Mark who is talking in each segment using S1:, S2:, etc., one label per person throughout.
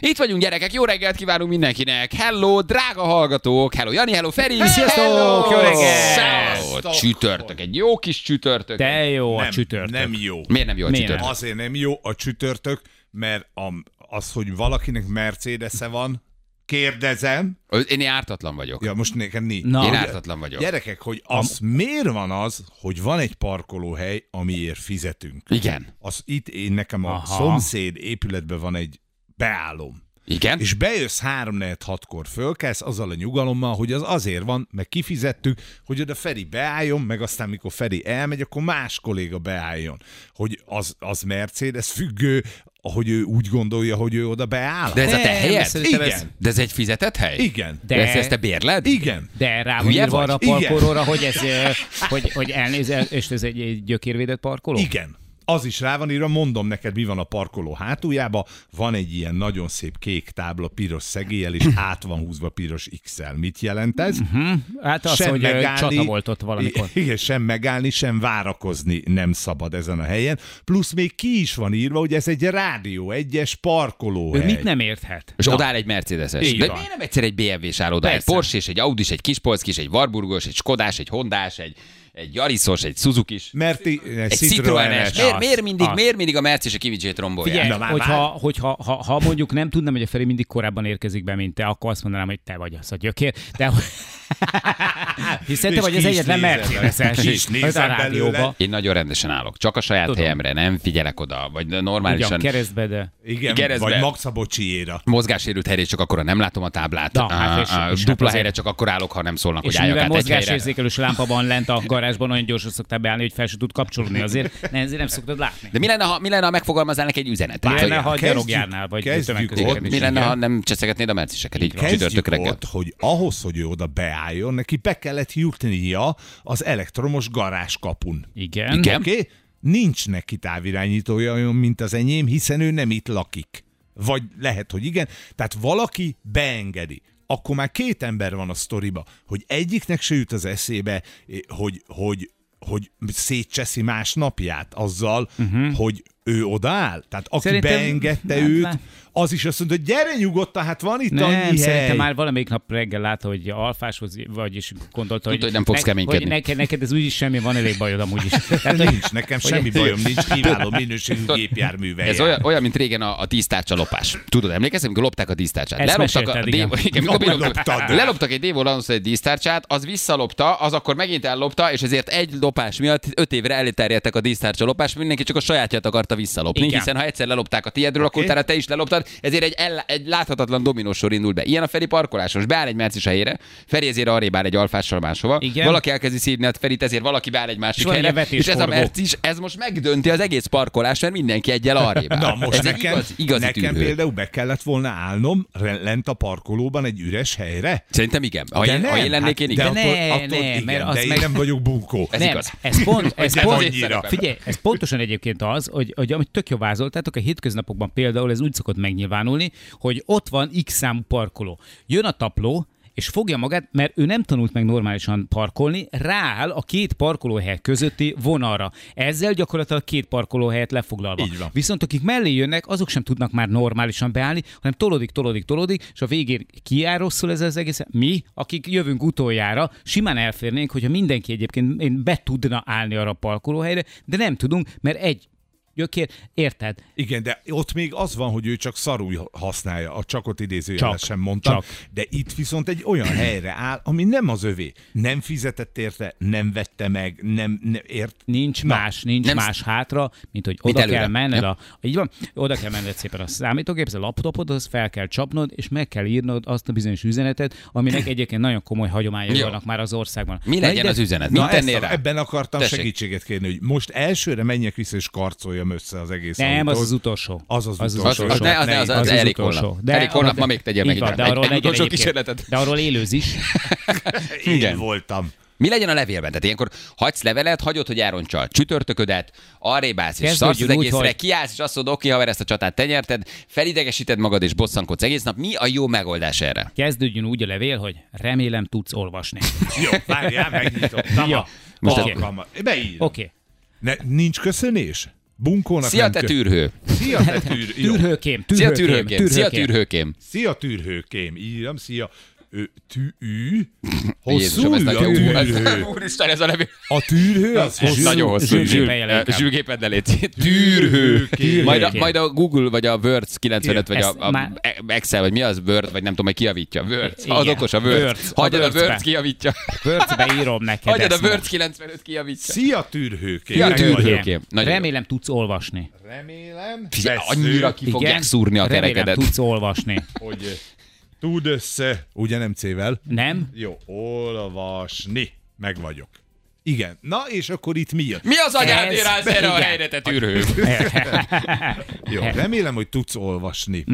S1: Itt vagyunk, gyerekek, jó reggelt kívánunk mindenkinek. Hello, drága hallgatók. Hello, Jani, hello, Feri.
S2: Sziasztok,
S1: Hello!
S2: jó reggelt.
S1: Sziasztok. Csütörtök, egy jó kis csütörtök.
S2: De jó a
S3: nem,
S2: csütörtök.
S3: Nem jó.
S1: Miért nem jó a
S2: Miért?
S1: csütörtök?
S3: Azért nem jó a csütörtök, mert a, az, hogy valakinek mercedes van, kérdezem.
S1: Én ártatlan vagyok.
S3: Ja, most nekem nincs.
S2: Na.
S1: Én
S2: ugye-
S1: ártatlan vagyok.
S3: Gyerekek, hogy az miért van az, hogy van egy parkolóhely, amiért fizetünk?
S1: Igen.
S3: Az itt én nekem a
S2: Aha.
S3: szomszéd épületben van egy beállom.
S1: Igen?
S3: És bejössz 3 4 6 kor fölkelsz azzal a nyugalommal, hogy az azért van, meg kifizettük, hogy oda Feri beálljon, meg aztán mikor Feri elmegy, akkor más kolléga beálljon. Hogy az, az Mercedes függő, ahogy ő úgy gondolja, hogy ő oda beáll.
S1: De ez a te
S2: Nem,
S1: helyed?
S2: szerintem
S3: ez-
S1: De ez egy fizetett hely?
S3: Igen.
S1: De...
S2: De-
S1: Ezt, ezt te bérled?
S3: Igen.
S2: De rá van
S1: Hülye
S2: írva
S1: vagy?
S2: arra a
S3: Igen.
S2: parkolóra, hogy ez, ö, hogy, hogy elnézel, és ez egy, egy gyökérvédett parkoló?
S3: Igen. Az is rá van írva, mondom neked, mi van a parkoló hátuljába. Van egy ilyen nagyon szép kék tábla piros szegélyel, és át van húzva piros X-el. Mit jelent ez?
S1: Mhm.
S2: Hát az, hogy megállni... csata volt ott valamikor.
S3: I- Igen, sem megállni, sem várakozni nem szabad ezen a helyen. Plusz még ki is van írva, hogy ez egy rádió, egyes
S2: Ő
S3: parkolóhely.
S2: mit nem érthet?
S1: És odáll egy Mercedeses.
S2: Így
S1: De
S2: van.
S1: miért nem egyszer egy BMW-s áll odáll? Egy
S2: Persze.
S1: Porsche és egy Audi, egy Kispolszkis, egy Varburgos, egy Skodás, egy Hondás, egy, egy Jariszos, egy Suzuki.
S3: Mert i- egy,
S1: Egy
S3: Citroenes.
S1: Citroenes. Miért, miért, mindig,
S2: azt.
S1: miért mindig a Merci és a Kimicsét rombolják?
S2: Figyelj,
S3: Na, már-
S2: hogyha,
S3: már.
S2: hogyha ha, ha, mondjuk nem tudnám, hogy a Feri mindig korábban érkezik be, mint te, akkor azt mondanám, hogy te vagy az a gyökér, de hiszen te
S3: És
S2: vagy az
S3: ki is
S2: egyetlen
S3: nézel belőle. Ki
S2: mercedes
S3: is nézel
S2: a rádióba.
S3: belőle.
S1: Én nagyon rendesen állok. Csak a saját
S2: Tudom.
S1: helyemre, nem figyelek oda, vagy
S2: Ugyan
S1: normálisan.
S2: keresztbe, de...
S3: Igen,
S1: Gerezbe.
S3: vagy Magszabocsiéra.
S1: Mozgássérült helyre csak akkor nem látom a táblát.
S2: Na,
S1: a,
S2: hát és-
S1: a,
S2: és hát
S1: dupla
S2: azért-
S1: helyre csak akkor állok, ha nem szólnak,
S2: És
S1: hogy álljak
S2: mivel
S1: át egy helyre.
S2: mozgásérzékelős lámpa van lent a garázsban, olyan gyorsan szoktál beállni, hogy fel se tud kapcsolódni azért. Ne, ezért nem szoktad látni.
S1: De mi lenne, ha, mi lenne, ha megfogalmaznának egy üzenetet?
S2: Mi lenne,
S1: Hogy-
S2: ha
S3: kezdjük-
S2: gyalogjárnál, vagy
S3: kezdjük
S1: ott,
S3: ott
S2: tömegközlekedés?
S1: mi lenne,
S3: igen.
S1: ha nem cseszegetnéd a merciseket így
S3: Kezdjük
S1: csütörtök reggel?
S3: ott, hogy ahhoz, hogy ő oda beálljon, neki be kellett jutnia az elektromos garázskapun.
S2: Igen.
S1: Igen.
S3: Oké? Okay? Nincs neki távirányítója olyan, mint az enyém, hiszen ő nem itt lakik. Vagy lehet, hogy igen. Tehát valaki beengedi. Akkor már két ember van a sztoriba, hogy egyiknek se jut az eszébe, eh, hogy, hogy, hogy szétcseszi más napját azzal, uh-huh. hogy ő odaáll. Tehát aki
S2: Mhm. Szerintem-
S3: beengedte
S2: hát
S3: őt,
S2: le-
S3: az is azt mondta, hogy gyere nyugodtan, hát van itt
S2: Nem,
S3: annyi hely.
S2: szerintem már valamelyik nap reggel látta, hogy alfáshoz, vagyis gondolta, hogy,
S1: Tudta, hogy nem fogsz keménykedni.
S2: Hogy neked, neked ez úgyis semmi, van elég bajod amúgy is. Tehát, hogy
S3: Nincs, nekem semmi bajom, nincs kiváló minőségű gépjárműve.
S1: Ez olyan, olyan, mint régen a, a dísztárcsa lopás. Tudod, emlékeztem, amikor lopták a dísztárcsát?
S2: Ezt
S1: leloptak a,
S2: mesélted, igen.
S1: dévo- igen, mikor leloptak,
S3: Loptad.
S1: leloptak egy Dévo Lanusz egy dísztárcsát, az visszalopta, az akkor megint ellopta, és ezért egy lopás miatt öt évre elterjedtek a dísztárcsa lopás, mindenki csak a sajátját akarta visszalopni,
S2: Igen.
S1: hiszen ha egyszer lelopták a tiédről, okay. akkor
S3: Oké.
S1: utána te is leloptad, ezért egy, el, egy láthatatlan dominósor indul be. Ilyen a Feri parkolásos, beáll egy mercis helyére, Feri ezért arrébb áll egy alfással máshova,
S2: Igen.
S1: valaki elkezdi szívni a Ferit, ezért valaki beáll egy másik
S2: És van
S1: helyre,
S2: ilyen
S1: és ez a
S2: vetésforgó.
S1: merc is, ez most megdönti az egész parkolást, mert mindenki egyel arrébb áll.
S3: Na most
S1: Hát, Ez egy
S3: nekem,
S1: igazi, igazi
S3: nekem
S1: tűrhő.
S3: például be kellett volna állnom re- lent a parkolóban egy üres helyre.
S1: Szerintem igen. Ha, én, ha én lennék, én
S3: de
S1: igen.
S2: ne,
S3: attól,
S2: ne,
S3: attól igen,
S2: mert az
S3: de én
S2: meg-
S3: nem vagyok bunkó.
S1: Ez
S2: nem,
S1: igaz.
S2: ez pont, ez
S3: nem
S2: pont,
S3: annyira.
S2: figyelj, ez pontosan egyébként az, hogy, hogy amit tök jó vázoltátok, a hétköznapokban például ez úgy szokott megnyilvánulni, hogy ott van X számú parkoló. Jön a tapló, és fogja magát, mert ő nem tanult meg normálisan parkolni, rááll a két parkolóhely közötti vonalra. Ezzel gyakorlatilag két parkolóhelyet lefoglalva.
S3: Így van.
S2: Viszont akik mellé jönnek, azok sem tudnak már normálisan beállni, hanem tolódik, tolódik, tolódik, és a végén ki jár rosszul ez az egész? Mi, akik jövünk utoljára, simán elférnénk, hogyha mindenki egyébként be tudna állni arra a parkolóhelyre, de nem tudunk, mert egy gyökér, érted?
S3: Igen, de ott még az van, hogy ő csak szarul használja, a csakot idézőjelesen
S2: Csak,
S3: sem mondtam,
S2: csak.
S3: de itt viszont egy olyan helyre áll, ami nem az övé. Nem fizetett érte, nem vette meg, nem, nem ért.
S2: Nincs Na, más, nincs
S1: nem-
S2: nem más hátra, mint hogy
S1: Mint
S2: oda
S1: előre,
S2: kell menned
S1: ja.
S2: a, így van, oda kell menned szépen a számítógéphez, a laptopodhoz, fel kell csapnod, és meg kell írnod azt a bizonyos üzenetet, aminek egyébként nagyon komoly hagyományai
S1: Jó.
S2: vannak már az országban.
S1: Mi
S2: Na,
S1: legyen
S2: ide-
S1: az üzenet? Mit
S3: Na,
S1: tennél
S3: ezt,
S1: rá?
S3: ebben akartam
S1: Tessék.
S3: segítséget kérni, hogy most elsőre menjek vissza és karcoljam össze az egész
S2: Nem, az
S3: autót.
S2: az utolsó.
S3: Az az utolsó.
S1: Az, az, ne, az, ne, az, az, az Erik Holnap. Erik Holnap ma még tegyél meg
S2: Így van,
S1: egy-
S2: de arról
S1: egy, egy
S2: legyen
S1: utolsó
S2: egyébként.
S1: kísérletet.
S2: De arról élőz is.
S3: Én
S1: Igen.
S3: voltam.
S1: Mi legyen a levélben? Tehát ilyenkor hagysz levelet, hagyod, hogy elrontsal csütörtöködet, arrébb állsz és
S2: Kezdődjön
S1: szarsz az
S2: úgy,
S1: egészre,
S2: hogy-
S1: kiállsz és azt mondod, oké, haver, ezt a csatát te nyerted, felidegesíted magad és bosszankodsz egész nap. Mi a jó megoldás erre?
S2: Kezdődjön úgy a levél, hogy remélem tudsz olvasni.
S3: Jó, várjál, megnyitom.
S2: Jó.
S3: Tama,
S2: Most
S3: alkalma. Beírom.
S2: Oké.
S3: Ne, nincs köszönés? Bunkónak
S1: Szia,
S3: nem
S1: te
S3: kö-
S1: tűrhő!
S3: Szia, te tűr... Jó.
S2: Tűrhőkém, tűrhőkém,
S1: Szia, tűrhőkém! Szia, tűrhőkém!
S3: Szia, tűrhőkém. Írom, szia. Ő, tű, hosszú
S1: Jézusom,
S3: ő
S1: ez
S3: a
S1: nagyon jó. Ez-
S3: tűrhő.
S1: Úristen, ez a nevű.
S3: A tűrhő az
S1: Ez
S3: hosszú.
S1: nagyon hosszú. eh,
S2: zsűrgépen jelen
S1: Zsűr-
S2: inkább.
S1: Zsűrgépen ne légy. Tűrhő.
S3: Tűrhő.
S1: Majd a, majd a Google, vagy a Word 95, vagy
S2: Ezt
S1: a, a
S2: már-
S1: Excel, vagy mi az Word, vagy nem tudom, hogy kijavítja. Word. Az
S2: Igen.
S1: okos a Word.
S2: Word. A
S1: Hagyjad a
S2: Word-be.
S1: Word kijavítja.
S2: Vörcbe írom neked.
S1: Hagyjad a
S2: ezt
S1: Word
S2: most.
S1: 95 kijavítja.
S3: Szia, tűrhőkém.
S1: Szia,
S3: Meg
S1: tűrhő.
S3: vagy-
S1: Tűrhőkém. Nagyon jó.
S2: Remélem tudsz olvasni.
S3: Remélem.
S1: Figyelj,
S3: vesző,
S1: annyira ki fogják szúrni a
S2: Remélem
S1: kerekedet.
S2: tudsz olvasni.
S3: Hogy tud össze. Ugye nem C-vel.
S2: Nem?
S3: Jó, olvasni. Meg vagyok. Igen. Na, és akkor itt mi jött?
S1: Mi az anyád
S2: Ez-
S1: érálsz erre a
S2: igen.
S1: helyre, te tűrhő?
S3: Jó, remélem, hogy tudsz olvasni.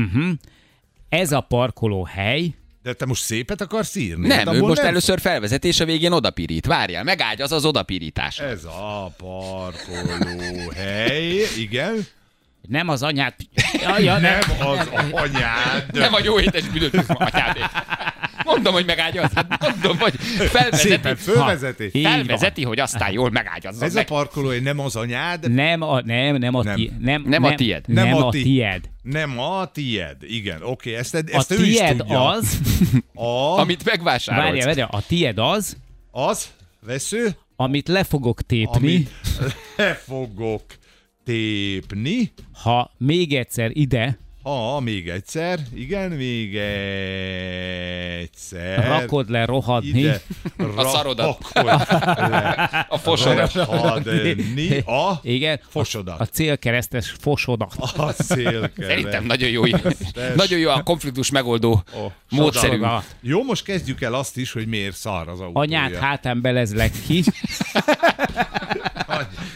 S2: Ez a parkolóhely.
S3: De te most szépet akarsz írni? Hát
S1: Nem, ő
S3: abból
S1: most először felvezetés, a végén odapirít. Várjál, megágy az az odapirítás.
S3: Ez a parkolóhely, igen.
S2: Nem az anyád... Ja, ja, nem.
S3: Nem az anyád.
S1: Nem a jó étes bűnös anyád. Mondom, hogy megágyaz. Hát mondom, hogy
S3: Szépen
S1: felvezeti.
S3: fölvezetés.
S2: Így
S1: Felvezeti, hogy aztán jól megágyazza.
S3: Ez a parkolóhely nem az anyád,
S2: Nem a, nem, nem a,
S3: Nem.
S2: Ti, nem,
S1: Nem a tied.
S2: Nem,
S3: Nem a
S2: a
S3: ti-
S2: tied.
S3: nem a tied. Igen, oké, ezt,
S2: A
S3: ezt ő is
S2: tied
S3: tudja.
S2: az,
S3: A,
S1: Amit megvásárolsz.
S2: várjál, várjál, a tied az,
S3: az, vesző,
S2: amit le fogok tépni,
S3: amit le fogok tépni.
S2: ha még egyszer ide
S3: Ha, még egyszer, igen, még egyszer.
S2: rakod le rohadni,
S3: ide.
S1: szarodat.
S3: Rakod
S1: A fosodat.
S3: le. A
S2: igen,
S3: fosodat.
S2: a célkeresztes fosodat.
S3: A szélkere.
S1: Szerintem nagyon jó. Nagyon jó a konfliktus megoldó
S3: Ó,
S1: módszerű.
S2: A
S3: Jó, most kezdjük el azt is, hogy miért szar az autója.
S2: anyát hátán belezlek ki,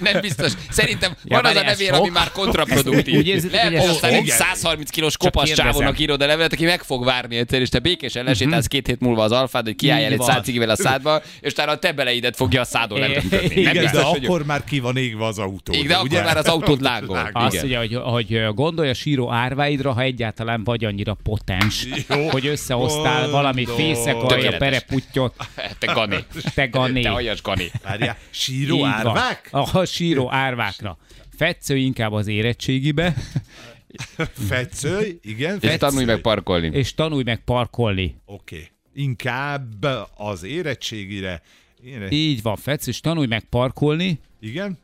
S1: Nem biztos. Szerintem
S2: Ja,
S1: van az a
S2: várjál,
S1: nevér,
S2: sok.
S1: ami már kontraproduktív.
S2: Úgy érzitek,
S1: Lehet, hogy
S2: hogy ez
S1: aztán
S3: sok?
S1: egy
S3: Igen.
S1: 130 kilós kopasz
S2: kérdezem. Mhm.
S1: csávónak írod a levelet, aki meg fog várni egyszer, és te békésen lesétálsz két hét múlva az alfád, hogy kiállj
S2: Így
S1: egy
S2: van.
S1: szácigivel a szádba, és utána a te beleidet fogja a szádon
S2: Igen,
S1: leöntötni. Nem
S3: Igen, de
S1: biztos, hogy jó.
S3: akkor már ki van égve az autó.
S1: Igen, de akkor már az autód lángol.
S2: azt
S1: Igen.
S2: ugye, hogy, hogy gondolj a síró árváidra, ha egyáltalán vagy annyira potens,
S3: Jó.
S2: hogy összehoztál valami
S3: Gondolj.
S2: fészekalja,
S1: Tökéletes.
S2: pereputtyot,
S1: Te Gani.
S2: te gané.
S1: Te aljas Gani.
S3: Várjál,
S2: Így
S3: síró
S2: van.
S3: árvák?
S2: A síró árvákra. Fetsző inkább az érettségibe,
S3: Fetszölj, igen,
S1: És
S3: fetszölj.
S1: tanulj meg parkolni.
S2: és tanulj meg parkolni.
S3: Oké. Inkább az érettségire. Ére...
S2: Így van, Fetsz, és tanulj meg parkolni,
S3: Igen?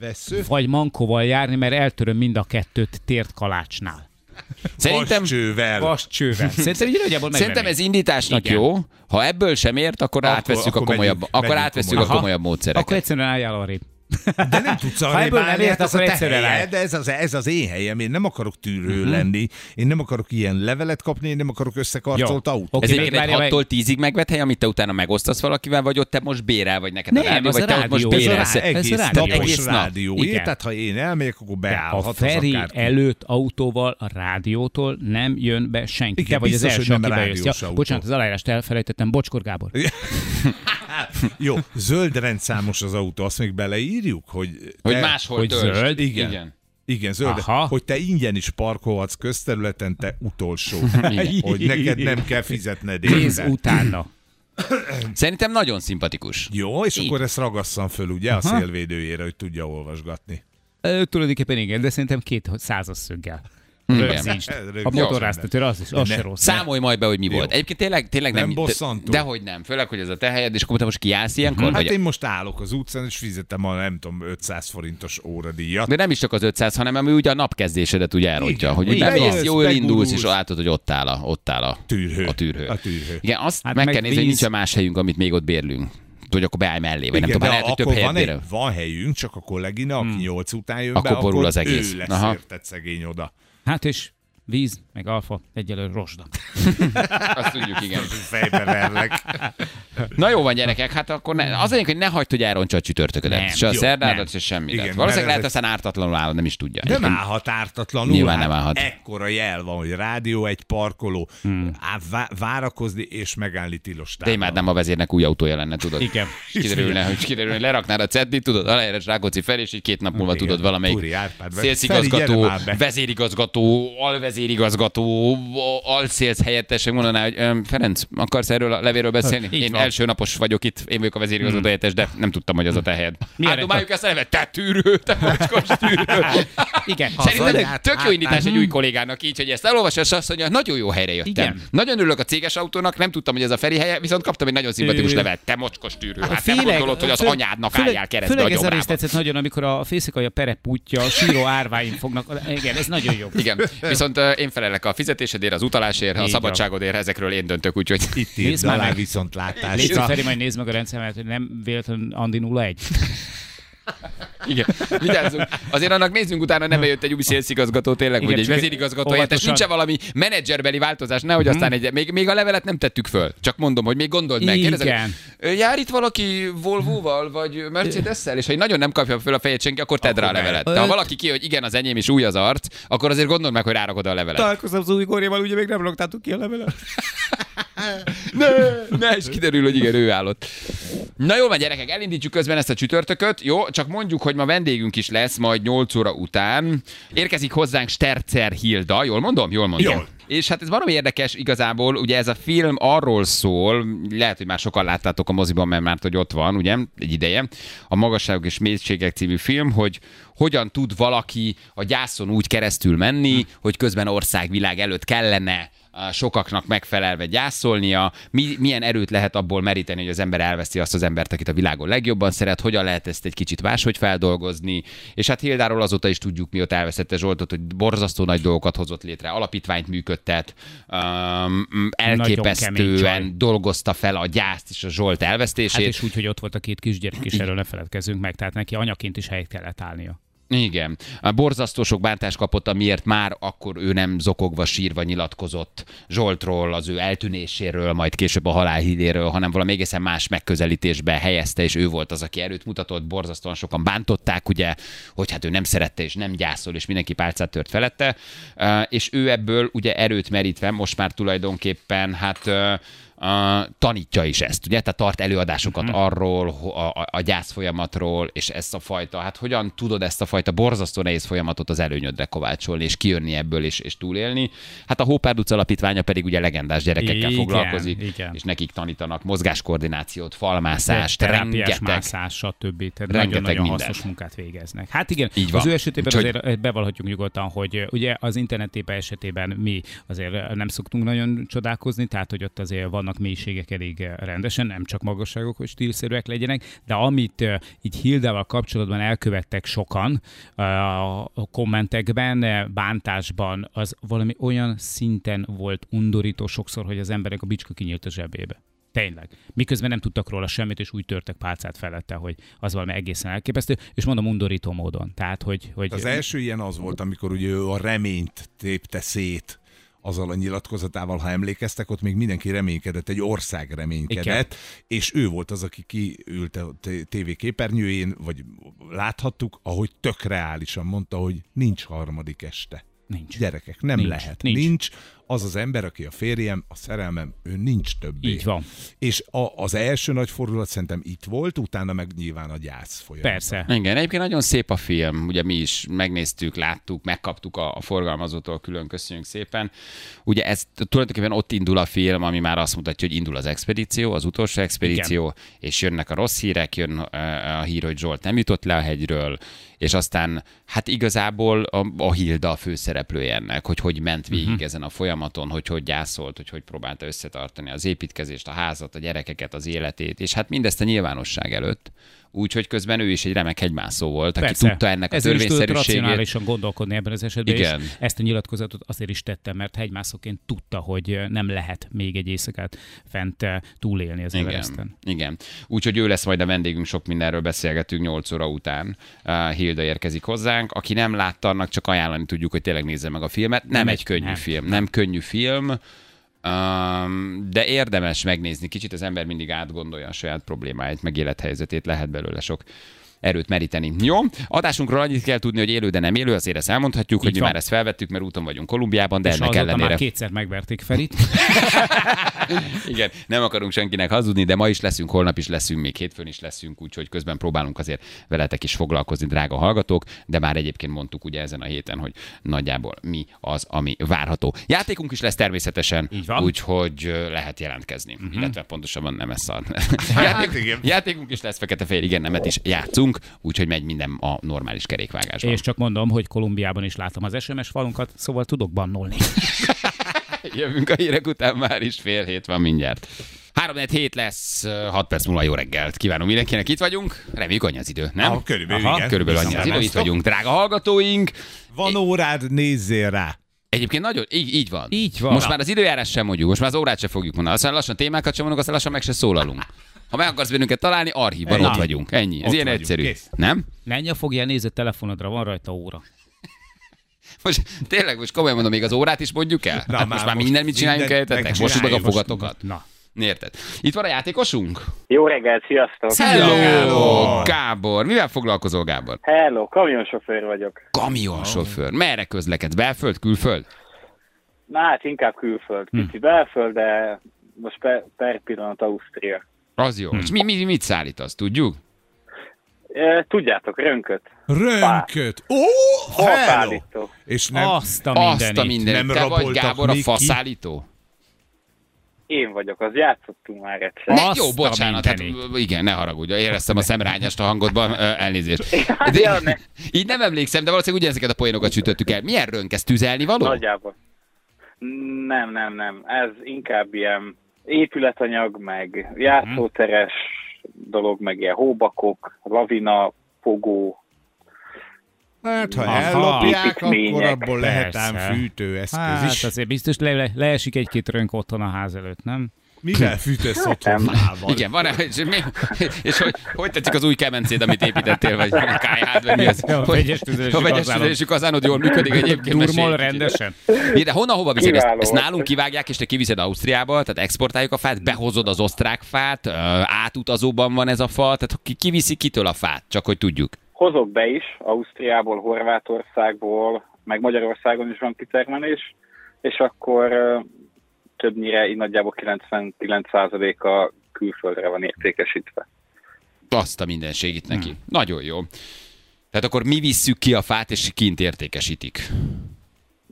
S3: Vesző?
S2: vagy mankóval járni, mert eltöröm mind a kettőt tért kalácsnál.
S1: Szerintem
S3: Vascsővel.
S2: Vas csővel. Szerintem így nagyjából
S1: Szerintem ez
S2: megvennék.
S1: indításnak
S2: Igen.
S1: jó. Ha ebből sem ért, akkor,
S3: Akkor-
S1: átvesszük a
S3: akkor
S1: komolyabb,
S3: megyünk-
S1: akkor
S3: megyünk
S1: átvesszük
S3: komolyabb.
S1: a komolyabb módszereket.
S2: Akkor egyszerűen álljál arrébb.
S3: De nem tudsz arra
S2: ebből nem
S3: bánni,
S2: ért,
S3: hát ez a
S2: akkor
S3: te
S2: egyszerűen
S3: helyed,
S2: el.
S3: de ez az, ez az én helyem, én nem akarok tűrő
S2: Mhm.
S3: lenni, én nem akarok ilyen levelet kapni, én nem akarok összekarcolt
S2: Jó.
S3: autót.
S2: Oké.
S1: Ez
S2: Oké,
S1: egyébként egy
S2: várjál,
S1: 6-tól 10-ig megvett hely, amit te utána megosztasz valakivel, vagy ott te most bérel, vagy neked
S2: Nem,
S1: a rádió,
S2: az
S1: vagy
S2: a
S1: te ott most
S2: rádió. Ez a
S1: bérelsz.
S2: rá-
S1: egy-
S2: ez
S3: egész
S2: rádió.
S3: napos
S1: Egész nap.
S3: rádió.
S2: Igen.
S3: Tehát ha én elmegyek, akkor
S2: A
S3: beállhat az
S2: Feri
S3: akárki.
S2: előtt autóval a rádiótól nem jön be senki.
S3: Igen,
S2: Te vagy az
S3: biztos, hogy
S2: első,
S3: nem
S2: aki bejössz.
S3: rádiós
S2: Ja,
S3: autó.
S2: bocsánat, az aláírást elfelejtettem. Bocskor Gábor.
S3: Jó, zöld rendszámos az autó, azt még beleírjuk, hogy...
S1: Hogy
S3: te-
S1: máshol
S2: Hogy
S1: töltsd.
S2: zöld?
S1: Igen.
S3: Igen. Igen, zöld.
S2: Aha.
S3: Hogy te ingyen is parkolhatsz közterületen, te utolsó. hogy neked nem kell fizetned
S2: Nézz
S3: érte.
S2: utána.
S1: Szerintem nagyon szimpatikus.
S3: Jó, és akkor ezt ragasszam föl, ugye, a szélvédőjére, hogy tudja olvasgatni.
S2: Ö, Tulajdonképpen igen, de szerintem két százas szöggel. Rögzítsd.
S3: Rögzítsd.
S2: A motorráztatőr az is, az se rossz.
S1: Számolj majd be, hogy mi volt. Egyébként tényleg, tényleg nem.
S3: Nem bosszantó.
S1: Dehogy nem. Főleg, hogy ez a te helyed, és akkor te most kiállsz
S2: Mhm.
S1: ilyenkor?
S3: Hát
S1: Vagy...
S3: én most állok az utcán, és fizetem a nem tudom, 500 forintos óradíjat.
S1: De nem is csak az 500, hanem ami ugye a napkezdésedet úgy elrontja,
S3: Igen.
S1: hogy úgy
S3: Igen.
S1: bemész,
S3: Bejössz,
S1: jól indulsz, és
S3: begurulsz.
S1: látod, hogy ott áll a, ott áll a
S3: Tűrhő.
S1: A tűrhő.
S3: A tűrhő.
S1: Igen, azt
S2: Hát
S1: meg
S2: meg
S1: kell nézni, hogy
S2: víz.
S1: nincs más helyünk, amit még ott bérlünk. Hogy akkor beállj mellé, vagy nem
S3: Igen,
S1: tudom, hát
S3: de
S1: lehet, hogy több
S3: akkor
S1: helyet
S3: van,
S1: bérel.
S3: egy, van helyünk, csak a kollégina, aki nyolc után jön
S1: Akkor
S3: be,
S1: borul
S3: akkor
S1: az egész.
S3: ő lesz
S1: Aha.
S3: érted szegény oda.
S2: Hát és víz, meg alfa, egyelőre rozsda.
S1: Azt tudjuk, igen.
S3: Fejbe verlek.
S1: Na jó van, gyerekek, hát akkor ne, az egyik, hogy ne hagyd, hogy elrontsa a csütörtöködet.
S2: Nem,
S1: Se a
S2: jó, nem.
S1: szerdádat, se semmi.
S3: Igen,
S1: Valószínűleg
S3: mert
S1: lehet,
S3: ez
S1: aztán ártatlanul állod, nem is tudja.
S3: Nem
S1: Egyébként
S3: állhat ártatlanul.
S1: Nyilván
S3: hát
S1: nem állhat.
S3: Ekkora jel van, hogy rádió, egy parkoló, á, vá- várakozni és megállni tilos
S1: Hmm. De
S3: távol.
S1: imádnám, ha vezérnek új autója lenne, tudod?
S2: Igen.
S1: És kiderülne, hogy kiderülne, hogy leraknád a ceddi, tudod, aláírás Rákóczi fel, és így két nap múlva
S3: Igen.
S1: tudod valamelyik
S3: Túri Árpád, vagy- Feri,
S1: szélszigazgató,
S3: gyere már be.
S1: vezérigazgató, vezérigazgató, alszélsz helyettes, hogy mondaná, hogy "Öm, Ferenc, akarsz erről a levéről beszélni?
S2: Így
S1: én
S2: van.
S1: első napos vagyok itt, én vagyok a vezérigazgató
S3: Hmm.
S1: helyettes, de nem tudtam, hogy az a te helyed.
S2: Milyen
S1: Áldobáljuk ezt a nevet, te tűrő, te mocskos tűrő.
S2: Igen.
S1: Szerintem ez
S4: Hazaját,
S1: tök jó
S2: Hát,
S4: átlány.
S1: indítás egy új kollégának így, hogy ezt elolvasja, és azt mondja, nagyon jó helyre jöttem.
S2: Igen.
S1: Nagyon örülök a céges autónak, nem tudtam, hogy ez a Feri helye, viszont kaptam egy nagyon szimpatikus
S2: Ő-
S1: levelet. Te mocskos tűrő, hát nem gondolod, hogy az anyádnak álljál keresztbe a
S2: Főleg ez a rész
S1: gyomrába.
S2: tetszett nagyon, amikor a fészikai a perepútja, a síró árváin fognak. Igen, ez nagyon jó.
S1: Igen, viszont ö, én felelek a fizetésedért, az utalásért, a
S2: van.
S1: szabadságodért, ezekről én döntök, úgyhogy
S3: Itt
S2: Nézd
S3: írd
S2: már
S3: alá
S2: meg. Légy
S3: viszontlátásra.
S2: Feri, majd nézd meg a rendszeremet, hogy nem véletlenül Andi 01.
S1: igen, vigyázzunk. Azért annak nézzünk utána, nem jött egy új szélszigazgató, tényleg,
S2: Igen,
S1: hogy egy
S2: csak
S1: vezérigazgató helyettes,
S2: óvatosan. Mhm.
S1: nincsen valami menedzserbeli változás, nehogy aztán egy, még, még a levelet nem tettük föl. Csak mondom, hogy még gondold meg. kérdezek,
S2: Igen.
S1: "Ö, Jár itt valaki Volvo-val, vagy Mercedes-szel, és ha nagyon nem kapja föl a fejét senki, akkor tedd rá a
S2: Akkor
S1: levelet.
S2: nem.
S1: De ha
S2: Öt.
S1: valaki ki, hogy igen, az enyém is új az arc, akkor azért gondold meg, hogy rárak oda a levelet.
S4: Találkozom az új góréval, ugye még nem raktáltuk ki a levelet.
S2: Hát
S1: Ne, ne, és kiderül, hogy igen, ő állott. Na jól van, gyerekek, elindítjuk közben ezt a csütörtököt, jó? Csak mondjuk, hogy ma vendégünk is lesz majd 8 óra után. Érkezik hozzánk Stercer Hilda, jól mondom? Jól mondom.
S3: Jól.
S1: És hát ez valami érdekes igazából, ugye ez a film arról szól, lehet, hogy már sokan láttátok a moziban, mert már hogy ott van, ugye, egy ideje, a Magasságok és Mélységek című film, hogy hogyan tud valaki a gyászon úgy keresztül menni, hogy közben országvilág előtt kellene á, sokaknak megfelelve gyászolnia, mi, milyen erőt lehet abból meríteni, hogy az ember elveszi azt az embert, akit a világon legjobban szeret, hogyan lehet ezt egy kicsit máshogy feldolgozni, és hát Hildáról azóta is tudjuk, mióta elveszette Zsoltot, hogy borzasztó nagy dolgokat hozott létre, alapítványt működtet, um,
S2: kemény csaj.
S1: elképesztően dolgozta fel a gyászt és a Zsolt
S2: Hát
S1: elvesztését.
S2: és úgy, hogy ott volt a két kisgyerek is, erről ne feledkezzünk meg, tehát neki anyaként is helyt kellett állnia.
S1: Igen. A borzasztó sok bántást kapott, amiért már akkor ő nem zokogva, sírva nyilatkozott Zsoltról, az ő eltűnéséről, majd később a halálhídéről, hanem valami egészen más megközelítésbe helyezte, és ő volt az, aki erőt mutatott, borzasztóan sokan bántották, ugye, hogy hát ő nem szerette és nem gyászol, és mindenki pálcát tört felette, Eh, és ő ebből ugye erőt merítve most már tulajdonképpen hát eh, Uh, tanítja is ezt, ugye? Tehát tart előadásokat
S2: Mhm.
S1: hmm. arról, ho- a, a, a gyász folyamatról, és ezt a fajta, hát hogyan tudod ezt a fajta borzasztó nehéz folyamatot az előnyödre kovácsolni, és kijönni ebből, és, és túlélni. Hát a Hópárd utca alapítványa pedig ugye legendás gyerekekkel
S2: Igen,
S1: foglalkozik,
S2: igen.
S1: és nekik tanítanak mozgáskoordinációt, falmászást,
S2: Terápiás
S1: rengeteg.
S2: mászás, stb. Tehát
S1: Rengeteg
S2: nagyon-nagyon
S1: mindent.
S2: hasznos munkát végeznek. Hát igen,
S1: Így van.
S2: az ő esetében
S1: Úgyhogy-
S2: azért eh, bevallhatjuk nyugodtan, hogy ö, ugye az internetében esetében mi azért ö, nem szoktunk nagyon csodálkozni, tehát hogy ott azért vannak mélységek elég ö, rendesen, nem csak magasságok, hogy stílszerűek legyenek, de amit ö, így Hildával kapcsolatban elkövettek sokan ö, a kommentekben, ö, bántásban, az valami olyan szinten volt undorító sokszor, hogy az emberek a bicska kinyílt a zsebébe. Tényleg. Miközben nem tudtak róla semmit, és úgy törtek pálcát felette, hogy az valami egészen elképesztő, és mondom undorító módon. Tehát, hogy, hogy
S3: Az első ilyen az volt, amikor ugye ő a reményt tépte szét azzal a nyilatkozatával, ha emlékeztek, ott még mindenki reménykedett, egy ország reménykedett, és ő volt az, aki kiült a t- TV képernyőjén, vagy láthattuk, ahogy tök reálisan mondta, hogy nincs harmadik este.
S2: nincs.
S3: Gyerekek, nem
S2: Nincs,
S3: lehet.
S2: nincs.
S3: Nincs. nincs. Az az ember, aki a férjem, a szerelmem, ő nincs többé.
S2: Így van.
S3: És a, az első nagy fordulat szerintem itt volt, utána meg nyilván a gyász folyamat.
S2: Persze.
S1: Igen, egyébként nagyon szép a film, ugye mi is megnéztük, láttuk, megkaptuk a, a forgalmazótól, külön köszönjük szépen. Ugye ez tulajdonképpen ott indul a film, ami már azt mutatja, hogy indul az expedíció, az utolsó expedíció, Igen. és jönnek a rossz hírek, jön ö, a hír, hogy Zsolt nem jutott le a hegyről, és aztán hát igazából a, a Hilda a főszereplője ennek, hogy hogy ment végig
S2: Mhm.
S1: uh-huh. ezen a folyamaton, hogy hogy gyászolt, hogy hogy próbálta összetartani az építkezést, a házat, a gyerekeket, az életét, és hát mindezt a nyilvánosság előtt. Úgyhogy közben ő is egy remek hegymászó volt, aki
S2: Persze.
S1: tudta ennek a
S2: Ezért is tudott
S1: törvényszerűségét.
S2: racionálisan gondolkodni ebben az esetben,
S1: Igen.
S2: és ezt a nyilatkozatot azért is tettem, mert hegymászóként tudta, hogy ö, nem lehet még egy éjszakát fent ö, túlélni az Everesten.
S1: Igen, igen. Úgyhogy ő lesz majd a vendégünk, sok mindenről beszélgetünk 8 óra után. Uh, Hilda érkezik hozzánk. Aki nem látta, annak csak ajánlani tudjuk, hogy tényleg nézze meg a filmet. Nem, nem egy könnyű nem.
S2: nem.
S1: film, nem könnyű film, um, de érdemes megnézni. Kicsit az ember mindig átgondolja a saját problémáit, meg élethelyzetét, lehet belőle sok erőt meríteni. Jó, adásunkról annyit kell tudni, hogy élő, de nem élő, azért ezt elmondhatjuk, hogy mi
S2: van.
S1: már ezt felvettük, mert úton vagyunk Kolumbiában, de
S2: És
S1: ennek
S2: azóta már
S1: ellenére.
S2: kétszer megverték Ferit.
S1: Igen, nem akarunk senkinek hazudni, de ma is leszünk, holnap is leszünk, még hétfőn is leszünk, úgyhogy közben próbálunk azért veletek is foglalkozni, drága hallgatók, de már egyébként mondtuk ugye ezen a héten, hogy nagyjából mi az, ami várható. Játékunk is lesz természetesen,
S2: Így van. Mhm.
S1: úgyhogy ö, lehet jelentkezni, uh-huh. illetve pontosabban nem ez szar.
S2: Hát
S3: igen.
S1: Játékunk is lesz, fekete fél, igen, nemet is játszunk, úgyhogy megy minden a normális kerékvágásban.
S2: És csak mondom, hogy Kolumbiában is látom az SMS falunkat, szóval tudok bannolni.
S1: Jövünk a hírek után, már is fél hét van mindjárt. 3 hét lesz, 6 perc múlva jó reggelt. Kívánom mindenkinek, itt vagyunk. Reméljük annyi az idő, nem?
S3: Ah, körülbelül, igen.
S1: körülbelül annyi az idő, itt vagyunk. Drága hallgatóink,
S3: Van órád, nézzél rá.
S1: Egyébként nagyon, így, így van.
S2: Így van.
S1: Most
S2: Na.
S1: már az időjárás sem mondjuk, most már az órát sem fogjuk mondani. Aztán lassan témákat sem mondunk, aztán lassan meg se szólalunk. Ha meg akarsz bennünket találni, archívban
S3: Ennyi.
S1: ott vagyunk. Ennyi. Ez
S3: Ott
S1: ilyen
S3: vagyunk,
S1: egyszerű.
S3: kész.
S1: Nem?
S2: Menj a fogjál, nézd a telefonodra, van rajta óra.
S1: Most tényleg, most komolyan mondom, még az órát is mondjuk el?
S3: Na,
S1: hát most
S3: már
S1: már
S3: most
S1: mindent mit csináljunk
S3: mindent
S1: el?
S3: megcsináljuk.
S1: Most meg a
S3: Most-
S1: fogatokat.
S2: Na,
S1: Érted? Itt van a játékosunk?
S5: Jó reggelt, sziasztok!
S1: Hello,
S3: Hello!
S1: Gábor! Mivel foglalkozol, Gábor?
S5: Hello, kamionsofőr vagyok.
S1: Kamionsofőr. Merre közlekedsz? Belföld, külföld?
S5: Na hát inkább külföld, pici belföld, de most per, per pillanat Ausztria.
S1: Az jó. És mi, mi, mit szállítasz, tudjuk?
S5: E, tudjátok, rönköt.
S3: Rönköt. Ó, hello!
S5: Faszállító.
S3: És nem,
S2: azt a
S1: Azt a
S2: mindenit. Minden...
S1: mindenit.
S3: Nem
S1: Te vagy
S3: raboltak
S1: Gábor a
S3: még ki?
S1: faszállító?
S5: Én vagyok, az játszottunk már egyszer.
S1: Ne,
S2: Azt
S1: jó,
S2: a
S1: bocsánat, hát,
S2: mindenit.
S1: ö, igen, ne haragudj, éreztem a szemrányást a hangodban, ö, elnézést.
S5: Hát, ja, ne.
S1: így nem emlékszem, de valószínűleg ugyanezeket a poénokat sütöttük el. Milyen rönk ez tüzelni való?
S5: Nagyjából. Nem, nem, nem. Ez inkább ilyen épületanyag, meg játszóteres dolog, meg ilyen hóbakok, lavina, fogó.
S3: hát ha
S2: Aha.
S3: ellopják, akkor
S5: Építmények.
S3: abból lehet ám
S2: Persze.
S3: fűtőeszköz
S2: Hát
S3: is.
S2: azért biztos le, le, leesik egy-két rönk otthon a ház előtt, nem?
S3: Mivel fűtesz
S5: hát
S3: otthon fával?
S1: Igen, van és, mi, és hogy, hogy tetszik az új kemencéd, amit építettél, vagy a kályhád, vagy mi az?
S2: Ja, a
S1: Hogy-
S2: vegyes tüzelésű
S1: a vegyes
S2: kazánod.
S1: tüzelésű kazánod jól működik egyébként. mesélj
S2: Durmol
S1: egy
S2: rendesen.
S1: kicsit. Mi, de honnan hova viszed? Ezt,
S5: Kiváló
S1: ezt
S5: volt.
S1: nálunk kivágják, és te kiviszed Ausztriába, tehát exportáljuk a fát, behozod az osztrák fát, ö, átutazóban van ez a fa, tehát ki, ki viszi kitől a fát, csak hogy tudjuk.
S5: Hozok be is, Ausztriából, Horvátországból, meg Magyarországon is van kitermelés, és akkor ö, többnyire így nagyjából 99%-a külföldre van értékesítve.
S1: Azt a mindenségit neki. Hmm. Nagyon jó. Tehát akkor mi visszük ki a fát, és kint értékesítik.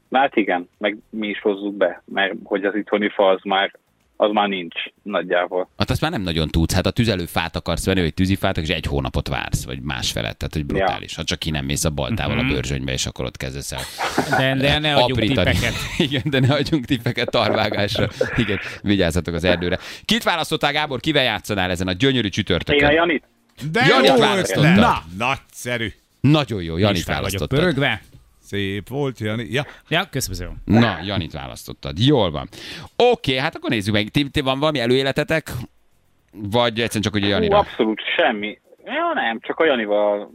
S5: Na hát igen, meg mi is hozzuk be, mert hogy az itthoni fa az már, az már nincs nagyjából.
S1: Hát azt már nem nagyon tudsz. Hát a tüzelőfát akarsz venni, vagy tűzifát, és egy hónapot vársz, vagy másfelet. Tehát, hogy brutális. Ha csak ki nem mész a baltával a bőrzsönybe, és akkor ott kezdesz el
S2: De, Mhm. de ne adjunk
S1: aprítani.
S2: tippeket.
S1: Igen, de ne adjunk tippeket tarvágásra. Igen, vigyázzatok az erdőre. Kit választottál, Gábor? Kivel játszanál ezen a gyönyörű
S5: Én a
S1: csütörtökön?
S5: Janit
S3: De
S1: Janit
S3: jó
S1: hát választottad.
S3: ötlet. Na, nagyszerű.
S1: Nagyon jó,
S2: És
S1: Janit
S2: fel vagyok
S1: választottad.
S2: pörögve.
S3: Szép volt, Jani. Ja,
S2: Ja, köszönöm.
S1: Na, Janit választottad. Jól van. Oké, hát akkor nézzük meg. Ti, ti van valami előéletetek? Vagy egyszerűen csak ugye
S5: Hú,
S1: Janira?
S5: abszolút semmi. Ja, nem, csak a Janival,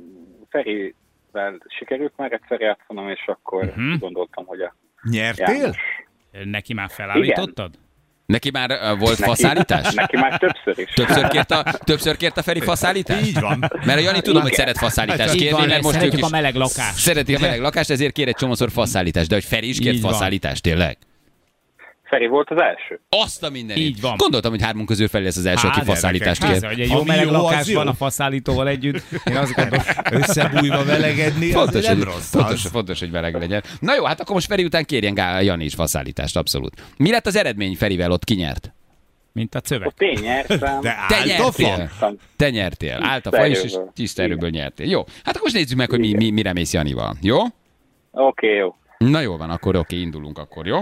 S5: Ferivel sikerült már egyszer játszanom, és akkor uh-huh. gondoltam, hogy a
S3: nyertél?
S5: János.
S2: Neki már felállítottad?
S1: Neki már ö, volt
S5: Neki-
S1: faszállítás?
S5: Neki már többször is.
S1: Többször kért a, többször kért a Feri faszállítást?
S3: Így van.
S1: Mert a Jani tudom, hogy
S5: Igen.
S1: szeret faszállítást
S2: Így
S1: kérni,
S2: van,
S1: mert most ők
S2: szeretjük
S1: is
S2: a meleg lakást.
S1: Szereti a meleg lakást, ezért kér egy csomószor faszállítást. De hogy Feri is kért
S2: Így van.
S1: faszállítást, tényleg?
S5: Feri volt az első.
S1: Azt a mindenit.
S2: Így van.
S1: Gondoltam, hogy hármunk közül Feri lesz az első, aki
S2: Hát,
S1: faszállítást
S2: Hát,
S1: kér.
S2: hogy egy
S3: Ami
S2: jó meleg
S3: jó, az jó.
S2: lakásban a faszállítóval együtt. Én azt gondolom,
S3: Összebújva velegedni,
S1: Fontos,
S3: az nem
S1: hogy,
S3: rossz
S1: fontos,
S3: az.
S1: fontos, hogy meleg legyen. Na jó, hát akkor most Feri után kérjen Gá- Jani is faszállítást, abszolút. Mi lett az eredmény Ferivel ott kinyert?
S2: mint a
S5: Ott
S2: cövek.
S5: én nyertem.
S3: De
S1: Te
S3: állt a fa?
S1: nyertél.
S5: fa?
S1: Te nyertél. Állt a
S5: Tiszta
S1: fa is, és
S5: erőből.
S1: tiszta erőből nyertél. Jó, hát akkor most nézzük meg, hogy mi, mi, mire mész Janival. Jó?
S5: Oké, okay, jó.
S1: Na jó van, akkor oké, indulunk akkor, jó?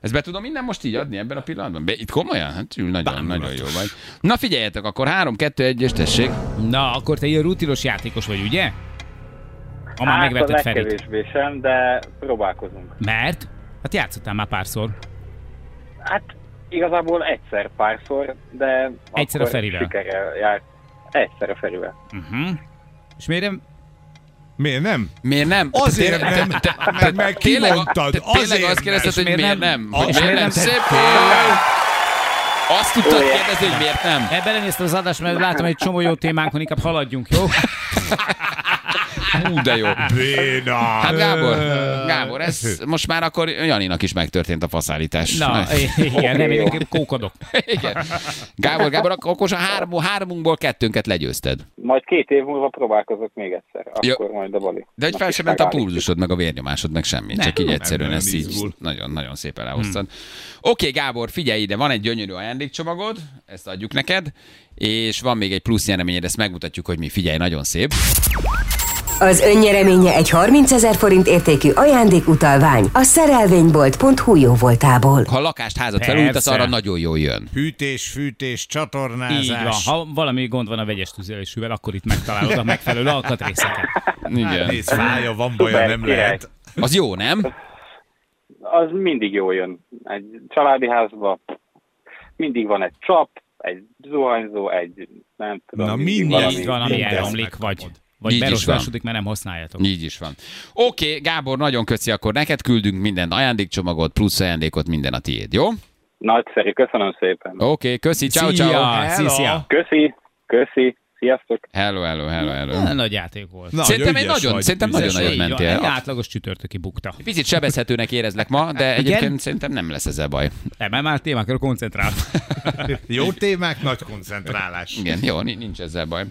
S1: Ezt be tudom innen most így adni ebben a pillanatban? Be, itt komolyan? Hát ül, nagyon, nagyon jó vagy. Na figyeljetek, akkor 3, 2, 1, és tessék.
S2: Na, akkor te ilyen rutinos játékos vagy, ugye? A már
S5: Hát a
S2: megvetett Ferit.
S5: legkevésbé sem, de próbálkozunk.
S2: Mert? Hát játszottál már párszor.
S5: Hát igazából egyszer párszor, de
S2: Egyszer a
S5: akkor
S2: Ferivel.
S5: Sikerrel járt. Egyszer a Ferivel.
S2: És miért nem?
S3: Miért nem?
S1: Miért nem?
S3: Azért
S1: Te- te-
S3: nem,
S1: te- te-
S3: mert, mert
S1: Tényleg,
S3: kimondtad,
S1: te- tényleg
S3: azért
S1: azt
S3: nem.
S1: kérdezted, hogy
S2: És
S1: miért
S2: miért
S1: nem?
S2: nem?
S1: Hogy
S2: És
S1: miért
S2: miért
S1: nem?
S2: nem
S1: Szép
S2: tettél?
S1: Azt tudtad kérdezni, hogy miért nem?
S2: Ebben lenéztem az adást, mert látom, hogy egy csomó jó témánk van, inkább haladjunk, jó?
S1: Hú, de jó.
S3: Béna!
S1: Hát Gábor, Gábor, ez most már akkor Janinak is megtörtént a faszállítás.
S2: Na, igen, nem, én inkább kókodok.
S1: Igen. Gábor, Gábor, akkor okos, a három, háromunkból kettőnket legyőzted.
S5: Majd két év múlva próbálkozok még egyszer,
S1: Ja.
S5: akkor majd a bali.
S1: De egy fel sem ment a pulzusod, meg a vérnyomásod, meg semmi. Csak így egyszerűen
S3: nem Hm.
S1: ezt így
S3: izgul.
S1: nagyon-nagyon szépen elhoztad. Oké, Gábor, figyelj ide, van egy gyönyörű ajándékcsomagod, ezt adjuk neked, és van még egy plusz nyereményed, ezt megmutatjuk, hogy mi figyelj, nagyon szép.
S6: Az önnyereménye egy 30 ezer forint értékű ajándékutalvány a szerelvénybolt.hu jó voltából.
S1: Ha lakást, házat
S2: Persze.
S1: felújítasz, arra nagyon jól jön.
S3: Hűtés, fűtés,
S2: Így van,
S3: csatornázás.
S2: ha valami gond van a vegyes tüzelésűvel, akkor itt megtalálod a megfelelő alkatrészeket.
S1: Igen.
S3: Hát, Nézd, fája, van baja,
S5: Szuper,
S3: nem
S5: király.
S3: lehet.
S1: Az jó, nem?
S5: Az mindig jól jön. Egy családi házban mindig van egy csap, egy zuhanyzó, egy nem tudom.
S3: Na
S5: mindig
S3: mindegy
S5: valami-
S2: Így van, ami
S3: Mindezt
S2: elromlik, vagy,
S3: megkapod.
S2: vagy
S1: Így is van.
S2: berosodásodik, mert nem használjátok.
S1: Így is van. Oké, Gábor, nagyon köszi, akkor neked küldünk minden ajándékcsomagot, plusz ajándékot, minden a tiéd, jó? Oké,
S5: Nagyszerű, köszönöm szépen.
S1: köszi, ciao ciao.
S2: Szia, szia, szia.
S5: Köszi, köszi, sziasztok.
S1: Hello, hello, hello, hello.
S2: Na, Nagy játék volt.
S3: Na,
S1: Szerintem egy
S3: ügyes
S1: nagyon-
S3: vagy,
S1: szerintem
S3: ügyes
S1: nagyon
S2: Így
S1: nagyot
S2: van,
S1: mentél.
S2: Egy átlagos csütörtöki bukta.
S1: Picit sebezhetőnek érezlek ma, de egyébként szerintem nem lesz ezzel baj.
S2: Nem, mert már témákra koncentrál.
S3: Jó témák, nagy koncentrálás.
S1: Igen, jó, ni- nincs ezzel baj.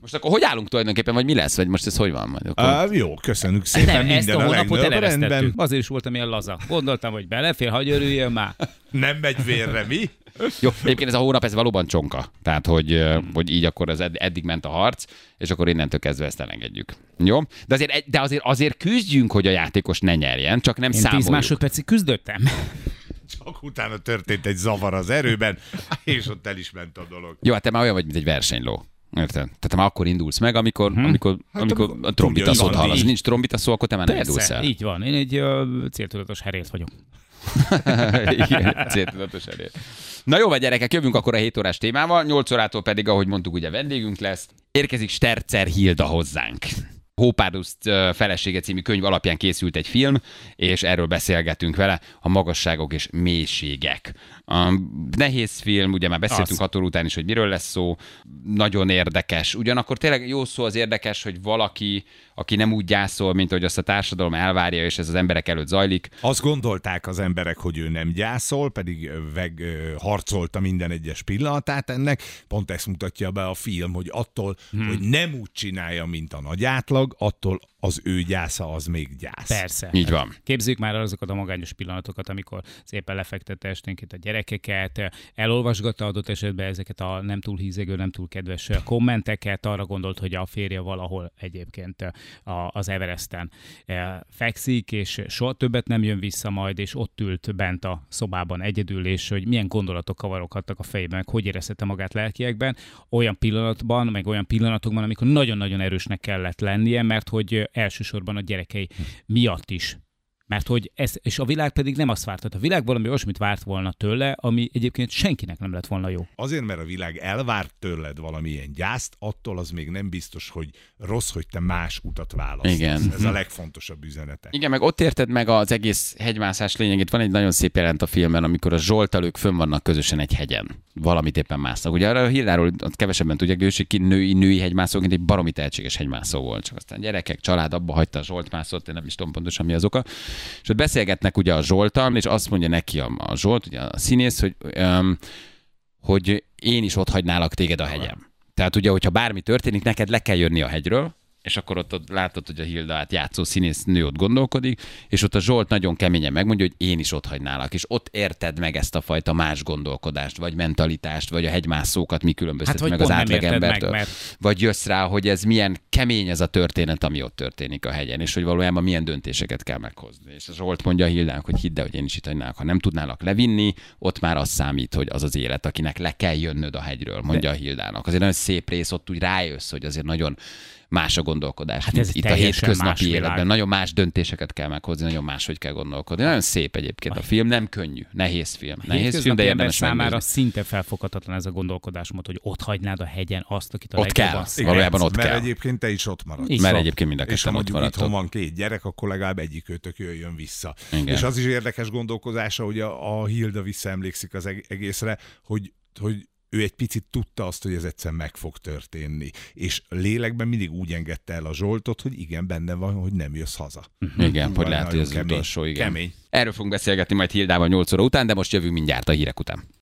S1: Most akkor hogy állunk tulajdonképpen, vagy mi lesz, vagy most ez hogy van? Majd akkor...
S3: Á, jó, köszönjük szépen,
S2: Nem, ezt
S3: minden
S2: a
S3: a
S2: hónapot
S3: legnagyobb
S2: eleresztettük.
S3: rendben.
S2: Azért is voltam ilyen laza. Gondoltam, hogy belefér, hagyj örüljön már.
S3: Nem megy vérre, mi?
S1: Jó, egyébként ez a hónap, ez valóban csonka. Tehát, hogy, ö, hogy így akkor az ed- eddig ment a harc, és akkor innentől kezdve ezt elengedjük. Jó? De azért, egy- de azért, azért küzdjünk, hogy a játékos ne nyerjen, csak nem
S2: Én 10
S1: számoljuk.
S2: másodpercig küzdöttem.
S3: Csak utána történt egy zavar az erőben, és ott el is ment a dolog.
S1: Jó, hát te már olyan vagy, mint egy versenyló. Érted? Tehát te már akkor indulsz meg, amikor,
S2: Mhm.
S1: hmm. amikor, amikor
S3: amikor
S1: a trombita
S3: Hát, tudja,
S1: szót
S3: így van,
S1: hallasz.
S3: így.
S1: Nincs trombita szó, akkor te már nem indulsz
S2: Persze,
S1: el.
S2: így van. Én egy ö, céltudatos herész vagyok.
S1: Igen, céltudatos elér. Na jó, vagy gyerekek, jövünk akkor a 7 órás témával, 8 órától pedig, ahogy mondtuk, ugye vendégünk lesz. Érkezik Stercer Hilda hozzánk. Hópárduszt ö, felesége című könyv alapján készült egy film, és erről beszélgetünk vele, a magasságok és mélységek. A nehéz film, ugye már beszéltünk hat óra után is, hogy miről lesz szó, nagyon érdekes. Ugyanakkor tényleg jó szó az érdekes, hogy valaki, aki nem úgy gyászol, mint hogy azt a társadalom elvárja, és ez az emberek előtt zajlik,
S3: Azt gondolták az emberek, hogy ő nem gyászol, pedig ö, veg, ö, harcolta minden egyes pillanatát ennek. Pont ezt mutatja be a film, hogy attól, hmm. hogy nem úgy csinálja, mint a nagy átlag, attól az ő gyásza az még gyász.
S2: Persze.
S1: így van.
S2: Képzeljük már el azokat a magányos pillanatokat, amikor szépen lefektette esténként a gyerekeket, elolvasgatta adott esetben ezeket a nem túl hízegő, nem túl kedves kommenteket, arra gondolt, hogy a férje valahol egyébként a- az Everesten eh, fekszik, és soha többet nem jön vissza majd, és ott ült bent a szobában egyedül, és hogy milyen gondolatok kavaroghattak a fejében, meg hogy érezhette magát lelkiekben, olyan pillanatban, meg olyan pillanatokban, amikor nagyon-nagyon erősnek kellett lennie, mert hogy elsősorban a gyerekei miatt is mert hogy ez, és a világ pedig nem azt várt. Tehát a világ valami olyasmit várt volna tőle, ami egyébként senkinek nem lett volna jó.
S3: Azért, mert a világ elvárt tőled valamilyen gyászt, attól az még nem biztos, hogy rossz, hogy te más utat választasz.
S1: Igen. Mhm.
S3: Ez a legfontosabb üzenete.
S1: Igen, meg ott érted meg az egész hegymászás lényegét. Van egy nagyon szép jelent a filmben, amikor a Zsoltal ők fönn vannak közösen egy hegyen. Valamit éppen másznak. Ugye arra a Hilláról ott kevesebben tudják, de ő is egy ki- női, női hegymászóként egy baromi tehetséges hegymászó volt. Csak aztán gyerekek, család abba hagyta a Zsolt mászott, én nem is tudom pontosan mi az oka. És ott beszélgetnek ugye a Zsoltal, és azt mondja neki a, a Zsolt, ugye a színész, hogy öm, hogy én is ott hagynálak téged a hegyem. Tehát ugye, hogyha bármi történik, neked le kell jönni a hegyről, és akkor ott, ott látod, hogy a Hildát játszó színésznő ott gondolkodik, és ott a Zsolt nagyon keményen megmondja, hogy én is ott hagynálak, és ott érted meg ezt a fajta más gondolkodást, vagy mentalitást, vagy a hegymászókat mi különböztet
S2: Hát, vagy
S1: meg az
S2: pont nem érted
S1: átlagembertől.
S2: meg, mert-
S1: Vagy jössz rá, hogy ez milyen kemény ez a történet, ami ott történik a hegyen, és hogy valójában milyen döntéseket kell meghozni. És a Zsolt mondja a Hildának, hogy hidd el, hogy én is itt hagynálak. Ha nem tudnálak levinni, ott már az számít, hogy az az élet, akinek le kell jönnöd a hegyről, mondja a Hildának. Azért nagyon szép rész, ott úgy rájössz, hogy azért nagyon más a gondolkodás. Hát
S2: ez
S1: itt a
S2: teljesen más
S1: hétköznapi
S2: világ.
S1: életben. Nagyon más döntéseket kell meghozni, nagyon máshogy kell gondolkodni. Nagyon szép egyébként a film, nem könnyű, nehéz film. Nehéz film,
S2: Hétköznapi
S1: de
S2: ember
S1: érdemes
S2: számára
S1: megnézni.
S2: szinte felfoghatatlan ez a gondolkodásmód, hogy ott hagynád a hegyen azt, akit a
S1: Ott kell.
S2: legjobban szeretsz.
S1: Valójában ott
S3: mert
S1: kell.
S3: egyébként te is ott maradsz.
S2: Így
S1: Mert
S2: van.
S1: egyébként mind a
S3: és ha
S1: ketten ott
S3: mondjuk itthon
S1: maradtok.
S3: van két gyerek, akkor legalább egyik őtök jöjjön vissza.
S1: Igen.
S3: És az is érdekes gondolkozása, hogy a, a Hilda visszaemlékszik az eg- egészre, hogy, hogy ő egy picit tudta azt, hogy ez egyszer meg fog történni. És lélekben mindig úgy engedte el a Zsoltot, hogy igen, benne van, hogy nem jössz haza.
S1: Mhm. Igen, hogy
S3: Van
S1: lehet, hogy
S3: nagyon
S1: ez az
S3: kemény.
S1: utolsó, igen.
S3: Kemény.
S1: Erről fogunk beszélgetni majd Hildában 8 óra után, de most jövünk mindjárt a hírek után.